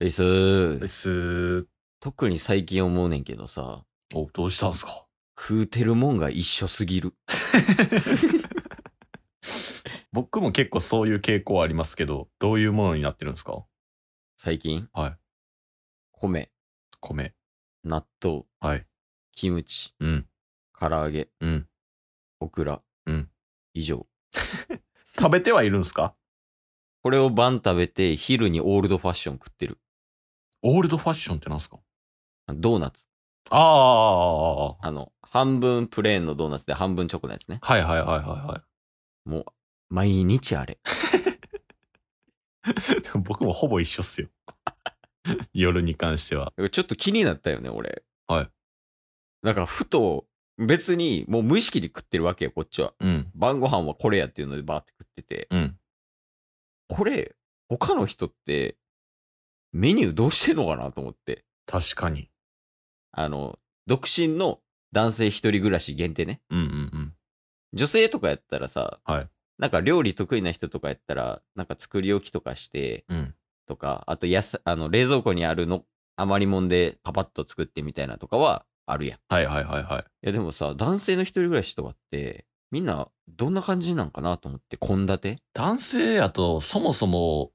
いっすーうっすー。特に最近思うねんけどさ、お、どうしたんすか食うてるもんが一緒すぎる。僕も結構そういう傾向ありますけど、どういうものになってるんですか最近はい。米、米。納豆、はい。キムチ、うん。唐揚げ、うん。オクラ、うん以上。食べてはいるんですかこれを晩食べて、昼にオールドファッション食ってる。オールドファッションってなんすかあドーナツ。ああ。はあの、半分プレーンのドーナツで半分チョコのやつね。いはいはいはい はもう、毎日あれ。い。でも僕もほぼ一緒っすよ。 夜に関しては。ちょっと気になったよね、俺。はい。なんか、ふと、別に、もう無意識で食ってるわけよ、こっちは。うん。晩ご飯はこれやっていうのでバーって食ってて。うん。これ、他の人って、メニューどうしてんのかなと思って。確かに。あの、独身の男性一人暮らし限定ね。うんうんうん。女性とかやったらさ、はいなんか料理得意な人とかやったら、なんか作り置きとかして、うん。とか、あとやさ、あの、冷蔵庫にあるの、余りもんでパパッと作ってみたいなとかはあるやん。いはいはいはいはい。や、でもさ、男性の一人暮らしとかって、みんなどんな感じなんかなと思って、献立男性やと、そもそも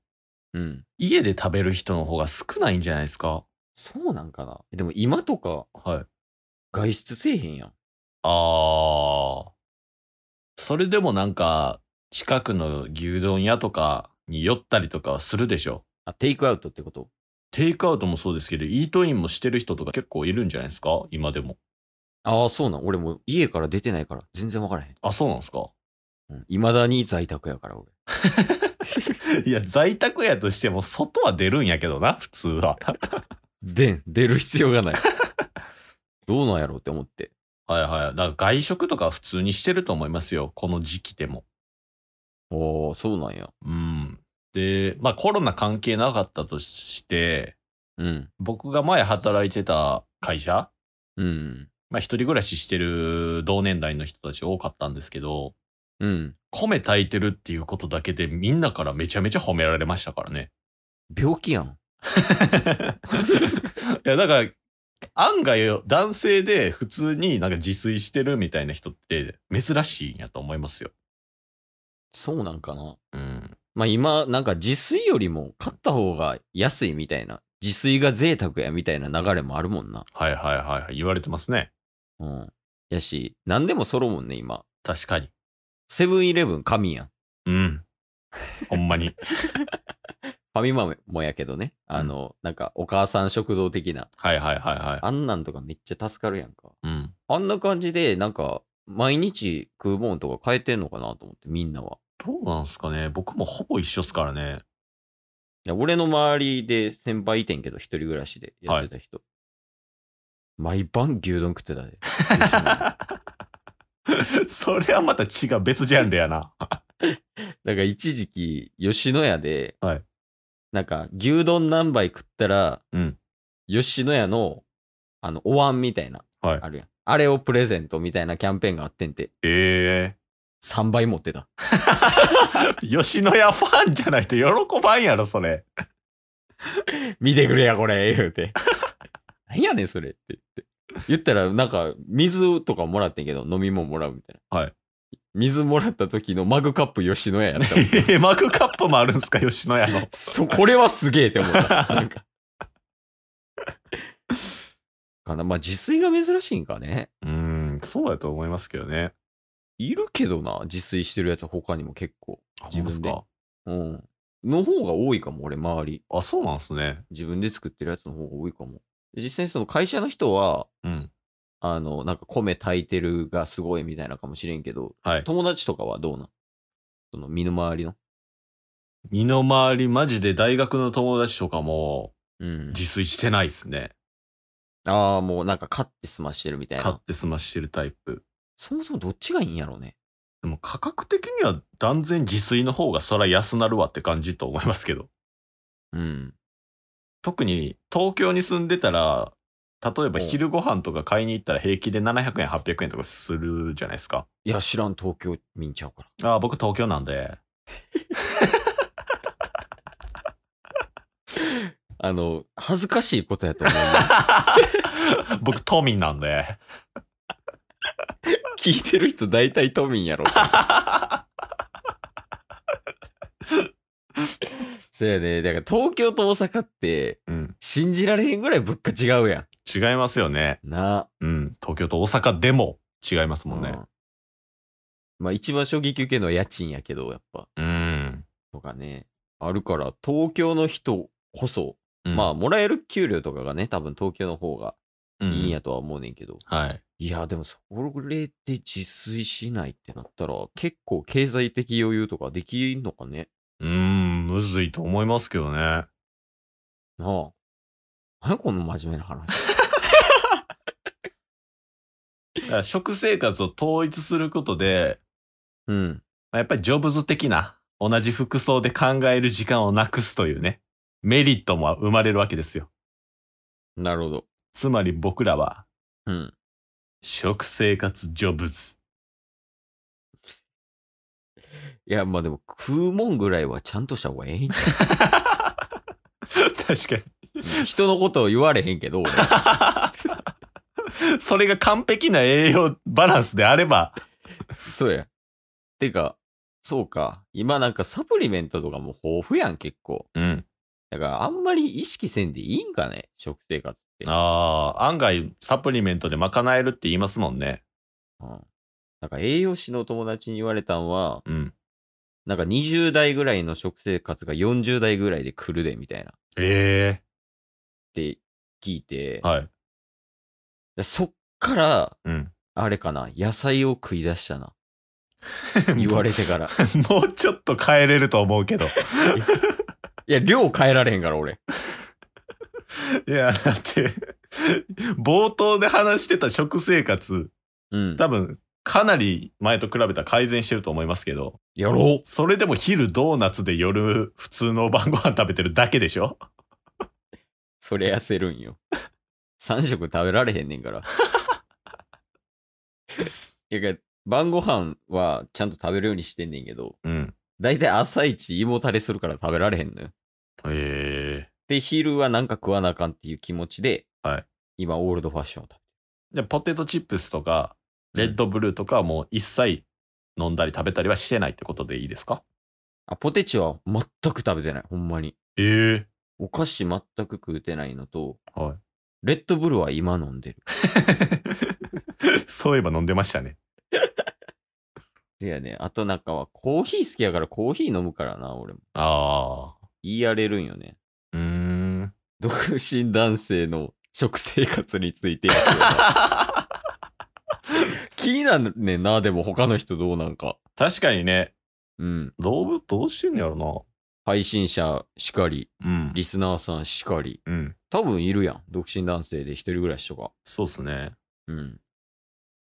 うん。家で食べる人の方が少ないんじゃないですかそうなんかなでも今とかはい。外出せえへんやん。あー。それでもなんか、近くの牛丼屋とかに寄ったりとかはするでしょ。あ、テイクアウトってことテイクアウトもそうですけど、イートインもしてる人とか結構いるんじゃないですか今でも。ああ、そうなん。俺もう家から出てないから、全然わからへん。あ、そうなんですかうん。未だに在宅やから、俺。 いや、在宅やとしても、外は出るんやけどな、普通は。でん、出る必要がない。どうなんやろうって思って。はいはい。だから外食とか普通にしてると思いますよ。この時期でも。おー、そうなんや。うん。で、まあコロナ関係なかったとして、うん。僕が前働いてた会社、うん。まあ一人暮らししてる同年代の人たち多かったんですけど、うん。米炊いてるっていうことだけでみんなからめちゃめちゃ褒められましたから ね。病気やん。いや、だから、案外男性で普通になんか自炊してるみたいな人って珍しいんやと思いますよ。そうなんかな。うん。まあ今、なんか自炊よりも買った方が安いみたいな。自炊が贅沢やみたいな流れもあるもんな。はいはいはいはい。言われてますね。うん。やし、何でも揃うもんね、今。確かに。セブンイレブン神やん。うん。ほんまに。ファミマもやけどね。あの、なんかお母さん食堂的な。はいはいはい はあんなんとかめっちゃ助かるやんか。い。うん。あんな感じで、なんか、毎日食うもんとか変えてんのかなと思って、みんなは。どうなんすかね僕もほぼ一緒っすからね。いや俺の周りで先輩いてんけど、一人暮らしでやってた人。毎晩牛丼食ってたで。 だか それはまた違う、別ジャンルやな。ら一時期、吉野家で、はいなんか、牛丼何杯食ったら、うん吉野家の、あの、お椀みたいな、はいあるやん。あれをプレゼントみたいなキャンペーンがあってんて、え3倍持ってた。え吉野家ファンじゃないと喜ばんやろ、そ れ。見てくれや、これ言う て。何やねん、それって言って。言ったら、なんか、水とかもらってんけど、飲み物もらうみたいな。はい。水もらった時のマグカップ吉野家やったもんマグカップもあるんすか、吉野家の。そ、これはすげえって思った。なんか。かな。まあ、自炊が珍しいんかね。うーん、そうだと思いますけどね。いるけどな、自炊してるやつは他にも結構。自分すほんか。うん。の方が多いかも、俺、周り。あ、そうなんすね。自分で作ってるやつの方が多いかも。実際にその会社の人は、うん。あの、なんか米炊いてるがすごいみたいなかもしれんけど、はい。友達とかはどうなんその身の回りの。身の回り、マジで大学の友達とかもうん。自炊してないっすね。ああ、もうなんか買って済ましてるみたい買っな。て済ましてるタイプ。そもそもどっちがいいんやろうね。でも価格的には断然自炊の方がそら安なるわって感じと思いますけど。うん。特に東京に住んでたら、例えば昼ご飯とか買いに行ったら平気で700円、800円とかするじゃないですか。いや、知らん東京見んちゃうから。ああ、僕東京なんで。あの、恥ずかしいことやと思う。 僕、都民なんで。 聞いてる人大体都民やろ。 そうやね。だから東京と大阪ってうん。信じられへんぐらい物価違うや違いますよね。ん。なうん。東京と大阪でも違いますあ。もんね。うんまあ一番衝撃受けるのは家賃やけど、やっぱ。うん。とかね。あるから、東京の人こそ、まあもらえる給料とかがね、多分東京の方があ、いいんやとは思うねんけど。はい。いや、でもそれで自炊しないってなったら、結構経済的余裕とかできんのかね。うーん、むずいと思いますけどね。なあ。何この真面目な話。だから食生活を統一することで、 うん。まあやっぱりジョブズ的な、同じ服装で考える時間をなくすというね、メリットも生まれるわけですよ。なるほど。つまり僕らは、うん。食生活ジョブ ズ。いや、まあでも食うもんぐらいはちゃんとした方がええんちゃ確かに。 う人のことを言われへんけど、俺それが完璧な栄養バランスであれば、 そうや。てか、そうか。今なんかサプリメントとかも豊富やん、結構。うん。だからあんまり意識せんでいいんかね、食生活って。ああ、案外サプリメントで賄えるって言いますもんね。うん。なんか栄養士のお友達に言われたんは、うん。なんか20代ぐらいの食生活が40代ぐらいで来るで、みたいな。っえて聞いて、はい。でそっから、うん。あれかな、野菜を食い出した な。言われてから。もうちょっと変えれると思うけど。いや、量変えられへんから、俺。いや、だって、冒頭で話してた食生活、うん。多分、かなり前と比べたら改善してると思いますけど、やろそれでも昼ドーナツで夜普通の晩ご飯食べてるだけでしょそれ痩せるんよ。3食食べられへんねんから。 いや、晩ご飯はちゃんと食べるようにしてんねんけど、うん。だいたい朝一胃もたれするから食べられへんのよ。ええで、昼はなんか食わなあかんっていう気持ちで、はい今、オールドファッションを食べてるで、ポテトチップスとか、レッドブルーとかはもう一切飲んだり食べたりはしてないってことでいいですかあ、ポテチは全く食べてない、ほんまに。ええお菓子全く食うてないのと、はい。 レッドブルは今飲んでる。そういえば飲んでましたね。でやね、あとなんかはコーヒー好きやからコーヒー飲むからな、俺も。ああ。言い荒れるんよね。うーん。独身男性の食生活についてやけどな 気になんねんな、でも他の人どうなんか。確かにね、うん。動物どうしてんのやろ配信者しかり、な。うんリスナーさんしかり。うん。多分いるやん。独身男性で一人暮らしとか。そうっすね。うん。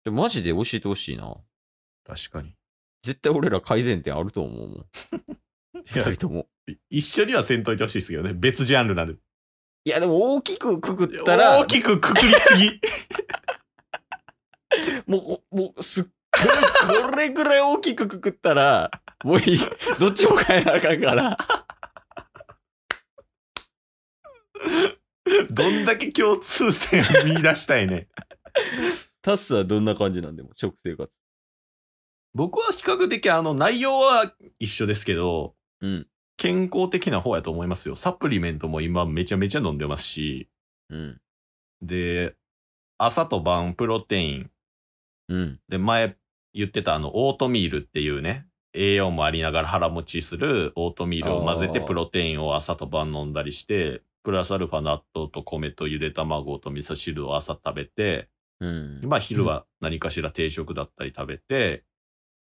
でマジで教えてほしいな。確かに。絶対俺ら改善点あると思うもん。いや二人とも。一緒にはせんといてほしいですけどね。別ジャンルなんで。いや、でも大きくくくったら、大きくくくりすぎ。もう、もう、すっごい、これぐらい大きくくくったら、もういい。どっちも変えなあかんから。 どんだけ共通点を見出したいね。タスはどんな感じなんでも、食生活。僕は比較的あの内容は一緒ですけど、うん。健康的な方やと思いますよ。サプリメントも今めちゃめちゃ飲んでますし、うん。で、朝と晩プロテイン、うん。で、前言ってたあの、オートミールっていうね、栄養もありながら腹持ちするオートミールを混ぜてあープロテインを朝と晩飲んだりして、プラスアルファ納豆と米とゆで卵と味噌汁を朝食べて、うんまあ昼は何かしら定食だったり食べて、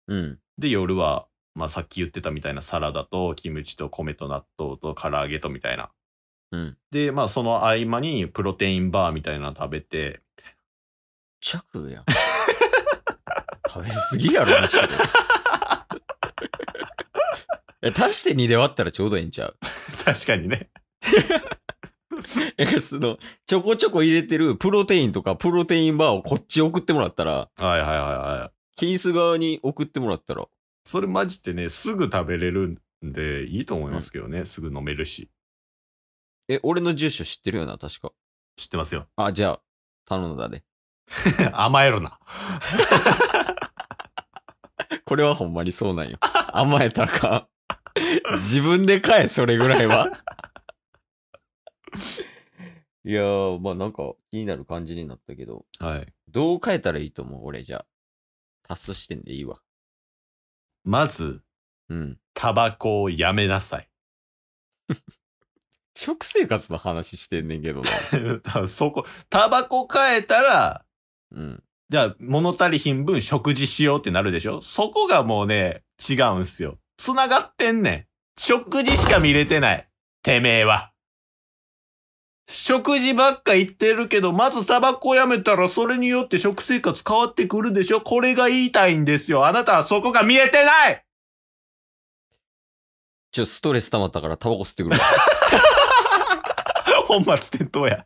うん。で夜は、まあさっき言ってたみたいなサラダとキムチと米と納豆と唐揚げとみたいな。うん。で、まあその合間にプロテインバーみたいなの食べて、 着 やん。食べすぎやろ、むし ろ。え足して2で割ったらちょうどええんちゃう確かにね。なんかその、ちょこちょこ入れてるプロテインとかプロテインバーをこっち送ってもらったら、はいはいはいはい。ケース側に送ってもらったら、それマジでね、すぐ食べれるんでいいと思いますけどね、すぐ飲めるし。え、俺の住所知ってるよな、確か。知ってますよ。 あ、じゃあ、頼んだで。甘えるな。これはほんまにそうなんよ。甘えたか。自分で買え、それぐらいは。いやー、まあなんか気になる感じになったけど、はい。どう変えたらいいと思う俺じゃあ。足す視点でいいわ。まず、うん。タバコをやめなさい。 食生活の話してんねんけどな。そこ、タバコ変えたら、うん。じゃあ物足りひん分食事しようってなるでしょそこがもうね、違うんすよ。繋がってんねん。食事しか見れてない。てめえは。食事ばっか言ってるけど、まずタバコやめたらそれによって食生活変わってくるでしょこれが言いたいんですよ。あなたはそこが見えてない ちょ、ストレス溜まったからタバコ吸ってくるわ。本末転倒や。